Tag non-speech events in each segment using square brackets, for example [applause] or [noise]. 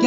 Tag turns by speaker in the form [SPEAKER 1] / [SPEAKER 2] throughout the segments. [SPEAKER 1] ギ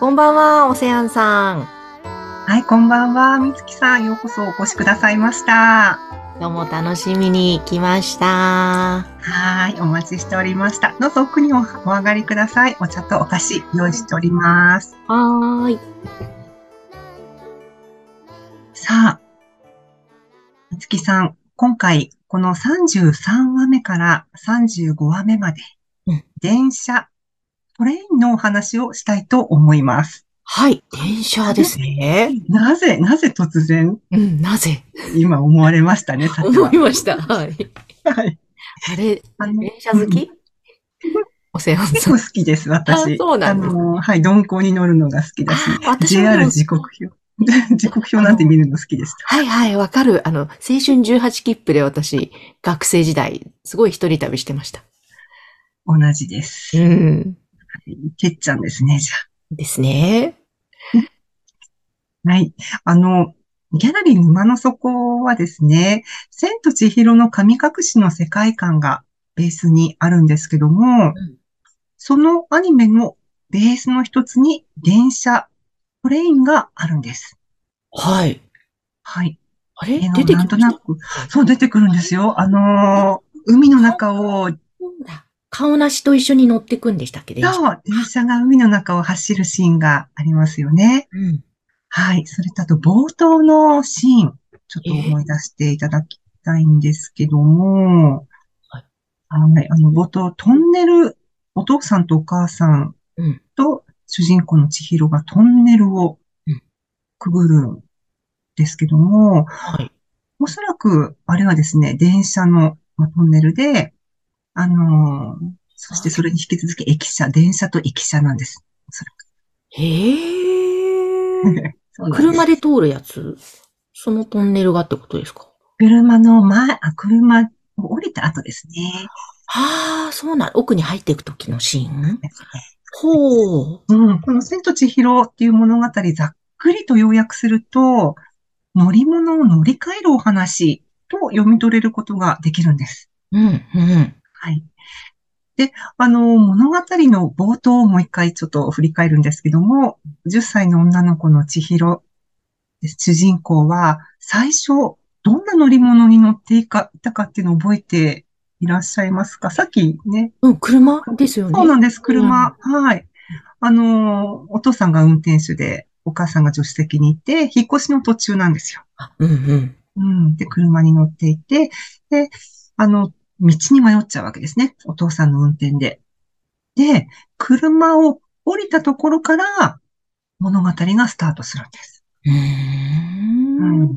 [SPEAKER 2] こんばんは、オセアンさん。
[SPEAKER 1] はいこんばんはみつきさんようこそお越しくださいました
[SPEAKER 2] どうも楽しみに来ました。
[SPEAKER 1] はいお待ちしておりましたどうぞ奥にお上がりくださいお茶とお菓子用意しております
[SPEAKER 2] はーい。
[SPEAKER 1] さあみつきさん今回この33話目から35話目まで、
[SPEAKER 2] うん
[SPEAKER 1] 電車トレインのお話をしたいと思います
[SPEAKER 2] はい、電車ですね。
[SPEAKER 1] なぜなぜ突然
[SPEAKER 2] うん、なぜ
[SPEAKER 1] 今思われましたねさて
[SPEAKER 2] 思
[SPEAKER 1] はい
[SPEAKER 2] ました。はい。 [laughs]
[SPEAKER 1] はい
[SPEAKER 2] あれ、
[SPEAKER 1] あの
[SPEAKER 2] 電車好きお世話
[SPEAKER 1] 結
[SPEAKER 2] さん。
[SPEAKER 1] 構好きです、私。
[SPEAKER 2] あそうなんですね
[SPEAKER 1] の、はい、鈍行に乗るのが好きだし、
[SPEAKER 2] あ私も
[SPEAKER 1] JR 時刻表。 [laughs] 時刻表なんて見るの好きでした。
[SPEAKER 2] はいはい、わかる。あの、青春18切符で私、学生時代、すごい一人旅してました。
[SPEAKER 1] 同じです。
[SPEAKER 2] ん。
[SPEAKER 1] てっちゃんですね、じゃ
[SPEAKER 2] ですね。
[SPEAKER 1] あ。はい。あの、ギャラリー沼の底はですね、千と千尋の神隠しの世界観がベースにあるんですけども、
[SPEAKER 2] ん
[SPEAKER 1] そのアニメのベースの一つに電車、トレインがあるんです。
[SPEAKER 2] はい。
[SPEAKER 1] はい。
[SPEAKER 2] あれ
[SPEAKER 1] えー
[SPEAKER 2] 出てきま
[SPEAKER 1] なんとな
[SPEAKER 2] した。
[SPEAKER 1] く、そう出てくるんですよ。あのー海の中を、
[SPEAKER 2] そうだ顔なしと一緒に乗ってくんでしたっけ、電車。
[SPEAKER 1] そう電車が海の中を走るシーンがありますよね。
[SPEAKER 2] うん。
[SPEAKER 1] はい。それとあと冒頭のシーン、ちょっと思い出していただきたいんですけども、
[SPEAKER 2] は
[SPEAKER 1] あのね、あの冒頭、トンネル、お父さんとお母さん
[SPEAKER 2] うん。
[SPEAKER 1] と主人公の千尋がトンネルを
[SPEAKER 2] うん
[SPEAKER 1] くぐるんですけども、
[SPEAKER 2] はい。
[SPEAKER 1] おそらく、あれはですね、電車のまあトンネルで、あのーそしてそれに引き続き駅舎、電車と駅舎なんです。
[SPEAKER 2] へ [laughs] え。
[SPEAKER 1] [laughs] そうなんです
[SPEAKER 2] 車で通るやつそのトンネルがってことですか
[SPEAKER 1] 車の前、あ、車を降りた後ですね。
[SPEAKER 2] ああ、そうなん、奥に入っていくときのシーン
[SPEAKER 1] ですね
[SPEAKER 2] ほう。
[SPEAKER 1] うん、この千と千尋っていう物語、ざっくりと要約すると、乗り物を乗り換えるお話と読み取れることができるんです。
[SPEAKER 2] うん、うん。
[SPEAKER 1] はい。で、あの、物語の冒頭をもう一回ちょっと振り返るんですけども、10歳の女の子の千尋です、主人公は最初、どんな乗り物に乗っていかいたかっていうのを覚えていらっしゃいますかさっきね、
[SPEAKER 2] うん、車ですよね。
[SPEAKER 1] そうなんです、車。はい。あの、お父さんが運転手で、お母さんが助手席にいて、引っ越しの途中なんですよ。
[SPEAKER 2] うん、うん。
[SPEAKER 1] うん。で、車に乗っていて、で、あの、道に迷っちゃうわけですね。お父さんの運転で。で、車を降りたところから物語がスタートするんです。
[SPEAKER 2] うーん。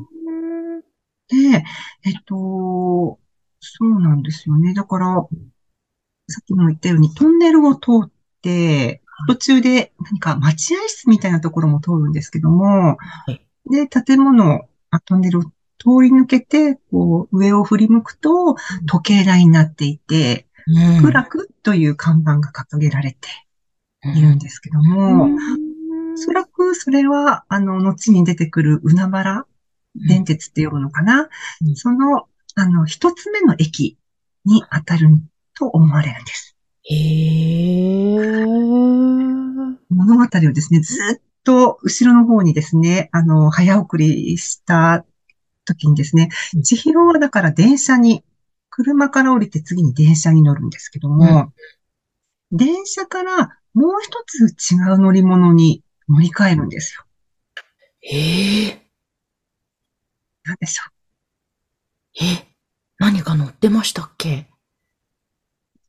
[SPEAKER 1] で、えっと、そうなんですよね。だから、さっきも言ったようにトンネルを通って、途中で何か待合室みたいなところも通るんですけども、
[SPEAKER 2] い
[SPEAKER 1] で、建物、あトンネルを通り抜けて、こう、上を振り向くと、時計台になっていて、
[SPEAKER 2] うん
[SPEAKER 1] 苦楽という看板が掲げられているんですけども、おそらくそれは、あの、後に出てくる海原電鉄って読むのかな、
[SPEAKER 2] うん
[SPEAKER 1] その、あの、一つ目の駅に当たると思われるんです。
[SPEAKER 2] へー
[SPEAKER 1] 物語をですね、ずっと後ろの方にですね、あの、早送りした時にですね
[SPEAKER 2] う、ん
[SPEAKER 1] 千尋はだから電車に、車から降りて次に電車に乗るんですけども、電車からもう一つ違う乗り物に乗り換えるんですよ。
[SPEAKER 2] へえ。
[SPEAKER 1] なんでしょう。
[SPEAKER 2] え、何か乗ってましたっけ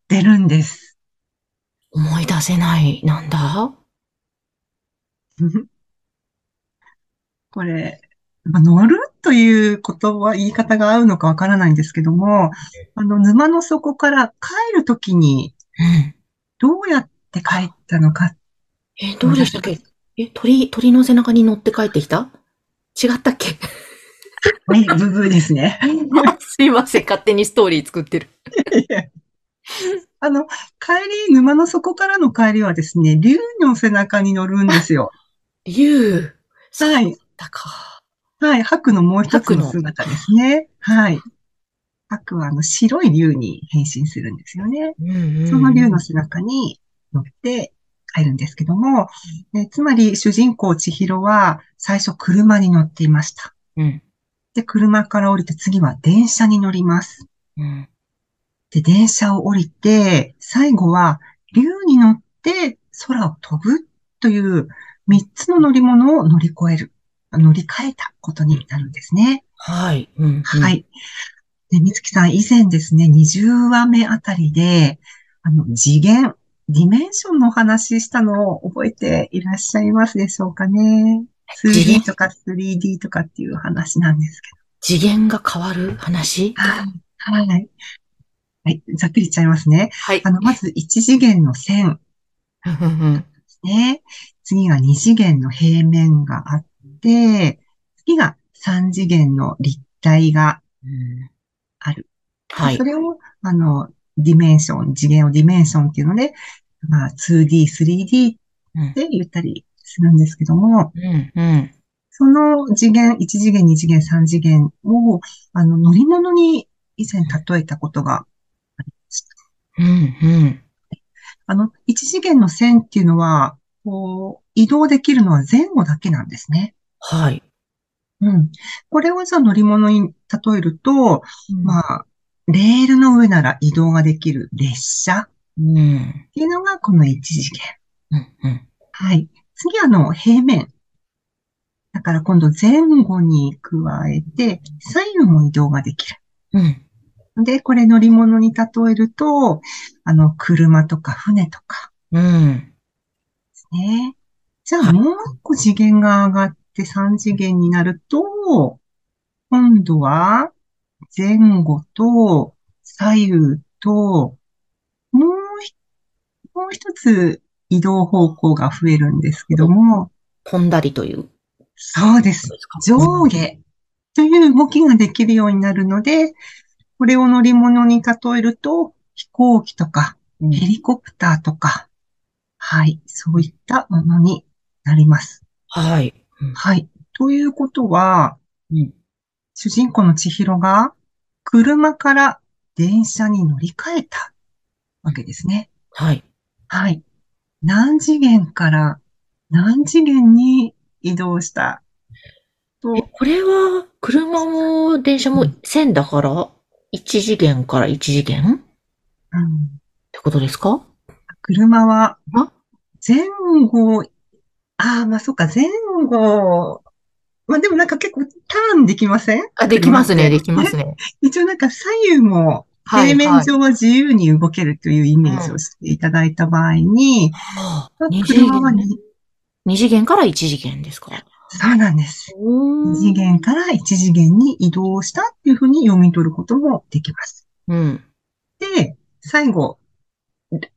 [SPEAKER 1] 出るんです。
[SPEAKER 2] 思い出せない。なんだ
[SPEAKER 1] [laughs] これ、まあ乗るという言葉、言い方が合うのかわからないんですけども、あの、沼の底から帰るときに、
[SPEAKER 2] うん。
[SPEAKER 1] どうやっって帰ったのか。
[SPEAKER 2] え、どうでしたっけえ、鳥、鳥の背中に乗って帰ってきた違ったっ
[SPEAKER 1] [laughs]
[SPEAKER 2] け
[SPEAKER 1] はい、ブーブーですね。 [laughs]
[SPEAKER 2] あすいません、勝手にストーリー作ってる。
[SPEAKER 1] あの、帰り、沼の底からの帰りはですね、竜の背中に乗るんですよ。
[SPEAKER 2] 竜。
[SPEAKER 1] はい
[SPEAKER 2] そうだったか。
[SPEAKER 1] はい、白のもう一つの姿ですね。はい。白はあの白い竜に変身するんですよね。
[SPEAKER 2] うん
[SPEAKER 1] その竜の背中に乗って帰るんですけども、えつまり主人公千尋は最初車に乗っていました。
[SPEAKER 2] うん。
[SPEAKER 1] で、車から降りて次は電車に乗ります。
[SPEAKER 2] うん。
[SPEAKER 1] で、電車を降りて、最後は竜に乗って空を飛ぶという3つの乗り物を乗り越える、乗り換えたことになるんですね。
[SPEAKER 2] はい。うん。
[SPEAKER 1] は。い。で、みつきさん、以前ですね、20話目あたりで、あの、次元、ディメンションのお話ししたのを覚えていらっしゃいますでしょうかね。
[SPEAKER 2] 次元
[SPEAKER 1] 2D とか 3D とかっていう話なんですけ
[SPEAKER 2] 次元が変わる話
[SPEAKER 1] ど。はい。はい。はい。ざっくり言っちゃいますね。
[SPEAKER 2] はい
[SPEAKER 1] あの、まず1次元の線
[SPEAKER 2] うんうんうん
[SPEAKER 1] ね。次が2次元の平面があって、次が3次元の立体が
[SPEAKER 2] うん
[SPEAKER 1] ある。
[SPEAKER 2] はい
[SPEAKER 1] そ。れを、あの、ディメンション、次元をディメンションっていうので、まあ、2D、3D って言ったりするんですけども、
[SPEAKER 2] うん。うん。
[SPEAKER 1] その次元、1次元、2次元、3次元を、あの、乗り物に以前例えたことがありました。
[SPEAKER 2] うん。うん。
[SPEAKER 1] あの、1次元の線っていうのは、こう、移動できるのは前後だけなんですね。
[SPEAKER 2] はい。
[SPEAKER 1] うん。これをじゃあ乗り物に例えると、ま
[SPEAKER 2] あ、
[SPEAKER 1] あ、レールの上なら移動ができる列車っ
[SPEAKER 2] うん。
[SPEAKER 1] ていうのがこの1次元。
[SPEAKER 2] うん。うん。
[SPEAKER 1] はい。次、あの、平面。だから今度前後に加えて、左右も移動ができる。
[SPEAKER 2] うん。
[SPEAKER 1] で、これ乗り物に例えると、あの、車とか船とか
[SPEAKER 2] うん。
[SPEAKER 1] ですね。じゃあもう一個次元が上がって3次元になると、今度は前後と左右と、もうひ、もう一つ移動方向が増えるんですけども、
[SPEAKER 2] 飛んだりという。
[SPEAKER 1] そうです。上下という動きができるようになるので、これを乗り物に例えると、飛行機とか
[SPEAKER 2] うん。
[SPEAKER 1] ヘリコプターとか、はい、そういったものになります。
[SPEAKER 2] はい。
[SPEAKER 1] はい。ということは、
[SPEAKER 2] うん。
[SPEAKER 1] 主人公の千尋が車から電車に乗り換えたわけですね。
[SPEAKER 2] はい。
[SPEAKER 1] はい。何次元から何次元に移動したと
[SPEAKER 2] え、これは、車も電車も線だから、一次元から一次元っ
[SPEAKER 1] うん
[SPEAKER 2] てことですか
[SPEAKER 1] 車は
[SPEAKER 2] あ、
[SPEAKER 1] 前後、ああ、まあそうか、前後、まあでもなんか結構ターンできません
[SPEAKER 2] あ、できますね、
[SPEAKER 1] 車
[SPEAKER 2] で
[SPEAKER 1] って
[SPEAKER 2] きますね。
[SPEAKER 1] 一応なんか左右も
[SPEAKER 2] はい
[SPEAKER 1] 平面
[SPEAKER 2] はい
[SPEAKER 1] 上は自由に動けるというイメージをしていただいた場合に、
[SPEAKER 2] は
[SPEAKER 1] ま
[SPEAKER 2] あ
[SPEAKER 1] あ
[SPEAKER 2] 二次
[SPEAKER 1] 車は
[SPEAKER 2] 元。
[SPEAKER 1] に、
[SPEAKER 2] 二次元から一次元ですか
[SPEAKER 1] そうなんです。
[SPEAKER 2] 二
[SPEAKER 1] 二次元から一次元に移動したっていうふうに読み取ることもできます。
[SPEAKER 2] うん。
[SPEAKER 1] で、最後、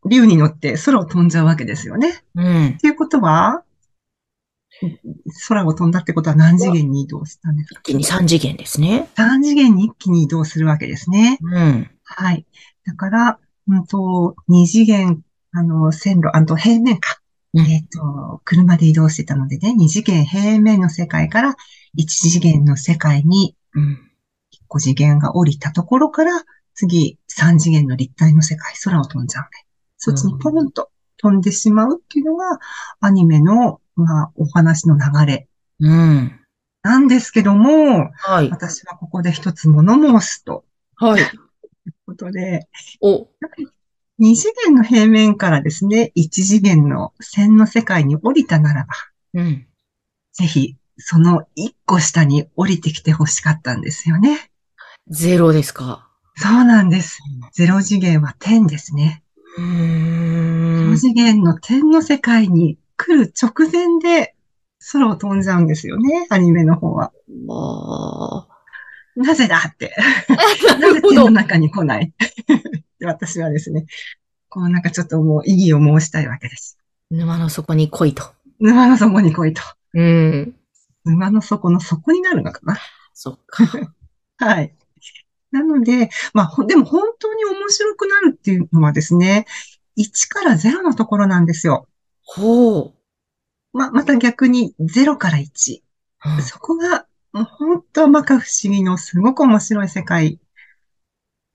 [SPEAKER 1] 竜に乗って空を飛んじゃうわけですよね。
[SPEAKER 2] うん
[SPEAKER 1] っ。ていうことは、空を飛んだってことは何次元に移動したんですか
[SPEAKER 2] 一気に三次元ですね。
[SPEAKER 1] ?3 次元に一気に移動するわけですね。
[SPEAKER 2] うん。
[SPEAKER 1] はい。だから、うんと、2次元、あの、線路、あと平面か。
[SPEAKER 2] うん
[SPEAKER 1] えっ、と、車で移動してたのでね、2次元平面の世界から1次元の世界に
[SPEAKER 2] うん。
[SPEAKER 1] 5次元が降りたところから、次3次元の立体の世界、空を飛んじゃうね。そっちにポンと飛んでしまうっていうのが、アニメの、まあ、お話の流れ
[SPEAKER 2] うん。
[SPEAKER 1] なんですけども、
[SPEAKER 2] はい。
[SPEAKER 1] 私はここで一つ物申すと
[SPEAKER 2] はい。
[SPEAKER 1] いうことで、
[SPEAKER 2] お、
[SPEAKER 1] 二次元の平面からですね、一次元の線の世界に降りたならば、
[SPEAKER 2] うん。
[SPEAKER 1] ぜひ、その一個下に降りてきてほしかったんですよね。
[SPEAKER 2] ゼロですか。
[SPEAKER 1] そうなんです。ゼロ次元は点ですね。
[SPEAKER 2] う
[SPEAKER 1] ゼ
[SPEAKER 2] ーん
[SPEAKER 1] ロ。次元の点の世界に来る直前で空を飛んじゃうんですよね、アニメの方は。
[SPEAKER 2] あ
[SPEAKER 1] なぜだって。
[SPEAKER 2] ーな
[SPEAKER 1] なぜ
[SPEAKER 2] るほ
[SPEAKER 1] 手
[SPEAKER 2] ど
[SPEAKER 1] の。中に来ないで私はですね、こうなんかちょっともう異議を申したいわけです。
[SPEAKER 2] 沼の底に来いと。
[SPEAKER 1] 沼の底に来いと。
[SPEAKER 2] うん。
[SPEAKER 1] 沼の底の底になるのかな
[SPEAKER 2] そっ [laughs] か。
[SPEAKER 1] はい。なので、まあ、ほでも本当に面白くなるっていうのはですね、1から0のところなんですよ。
[SPEAKER 2] ほう。
[SPEAKER 1] まあ、また逆に0から1。そこが、もう本当摩訶不思議のすごく面白い世界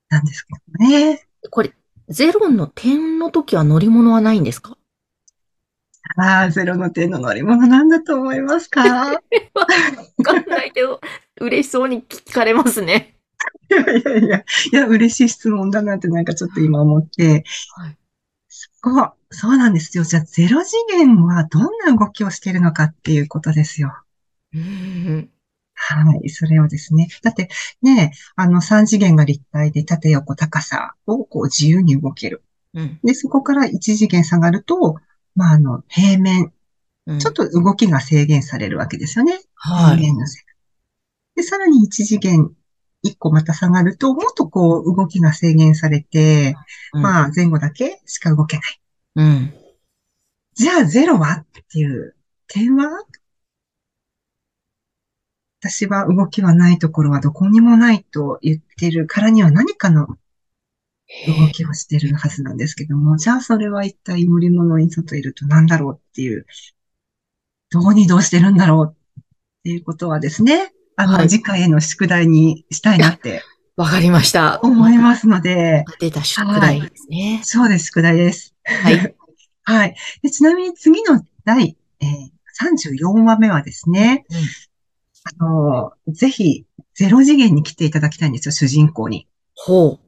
[SPEAKER 1] なんですけどね。
[SPEAKER 2] これ、ゼロの点の時は乗り物はないんですか
[SPEAKER 1] ああ、ゼロの点の乗り物なんだと思います
[SPEAKER 2] [laughs]
[SPEAKER 1] かい
[SPEAKER 2] わかんないけど、嬉しそうに聞かれますね。
[SPEAKER 1] やいやいや、いや、嬉しい質問だなってなんかちょっと今思って。
[SPEAKER 2] はい
[SPEAKER 1] そう、そうなんですよ。じゃあ、ゼロ次元はどんな動きをしているのかっていうことですよ。
[SPEAKER 2] うん。
[SPEAKER 1] はい、それをですね。だってね、あの3次元が立体で縦横高さをこう自由に動ける。
[SPEAKER 2] うん。
[SPEAKER 1] で、そこから1次元下がると、まあ、あの、平面、
[SPEAKER 2] うん
[SPEAKER 1] ちょっ。と動きが制限されるわけですよね。
[SPEAKER 2] は
[SPEAKER 1] 平
[SPEAKER 2] い。
[SPEAKER 1] 面の世界。で、さらに1次元、1個また下がると、もっとこう、動きが制限されて、
[SPEAKER 2] あ、
[SPEAKER 1] まあ、前後だけしか動けない。
[SPEAKER 2] うん。
[SPEAKER 1] じゃあ、ゼロはっていう点は私は動きはないところはどこにもないと言ってるからには何かの動きをしてるはずなんですけども、じゃあそれは一体乗り物に外いると何だろうっていう、どこに移動してるんだろうっていうことはですね、あの、
[SPEAKER 2] はい
[SPEAKER 1] 次回への宿題にしたいなって
[SPEAKER 2] わかりました。
[SPEAKER 1] 思いますので、
[SPEAKER 2] 出た宿題ですね。
[SPEAKER 1] そうです、宿題です。
[SPEAKER 2] はい。
[SPEAKER 1] はい。でちなみに次の第、えー34話目はですね、あのーぜひ、ゼロ次元に来ていただきたいんですよ、主人公に。
[SPEAKER 2] ほ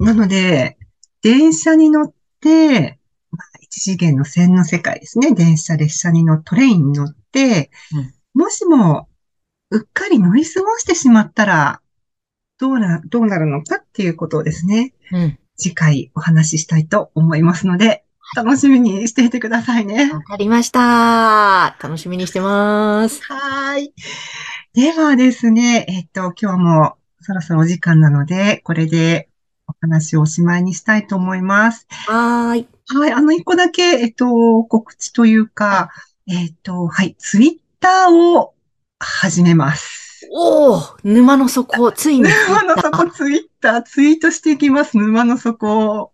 [SPEAKER 1] なので、電車に乗って、まあ、一次元の線の世界ですね。電車、列車に乗っトレインに乗って、
[SPEAKER 2] うん
[SPEAKER 1] もしも、うっかり乗り過ごしてしまったら、どうな、どうなるのかっていうことをですね、
[SPEAKER 2] う。うん。
[SPEAKER 1] 次回お話ししたいと思いますので、楽しみにしていてくださいね。
[SPEAKER 2] わかりました。楽しみにしてます。
[SPEAKER 1] はーい。ではですね、えっと、今日もそろそろお時間なので、これでお話をおしまいにしたいと思います。
[SPEAKER 2] はーい。
[SPEAKER 1] はい、あの、一個だけ、えっと、告知というか、えっと、はい、ツイッターを始めます。
[SPEAKER 2] おお沼の底、つい [laughs] に。
[SPEAKER 1] 沼の底ツイッター、ツイートしていきます、沼の底。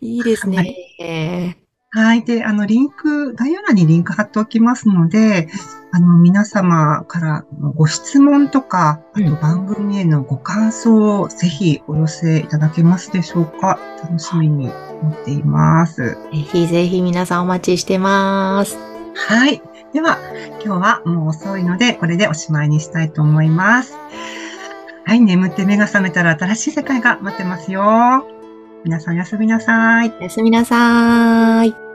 [SPEAKER 2] いいです
[SPEAKER 1] は
[SPEAKER 2] ね。
[SPEAKER 1] はい。で、あの、リンク、概要欄にリンク貼っておきますので、あの、皆様からのご質問とか、あ
[SPEAKER 2] う
[SPEAKER 1] と
[SPEAKER 2] ん
[SPEAKER 1] 番組へのご感想をぜひお寄せいただけますでしょうか。楽しみに思っています。
[SPEAKER 2] ぜひぜひ皆さんお待ちしてます。
[SPEAKER 1] はい。では、今日はもう遅いので、これでおしまいにしたいと思います。はい。眠って目が覚めたら新しい世界が待ってますよ。皆さんおやすみなさい。
[SPEAKER 2] おやすみなさーい。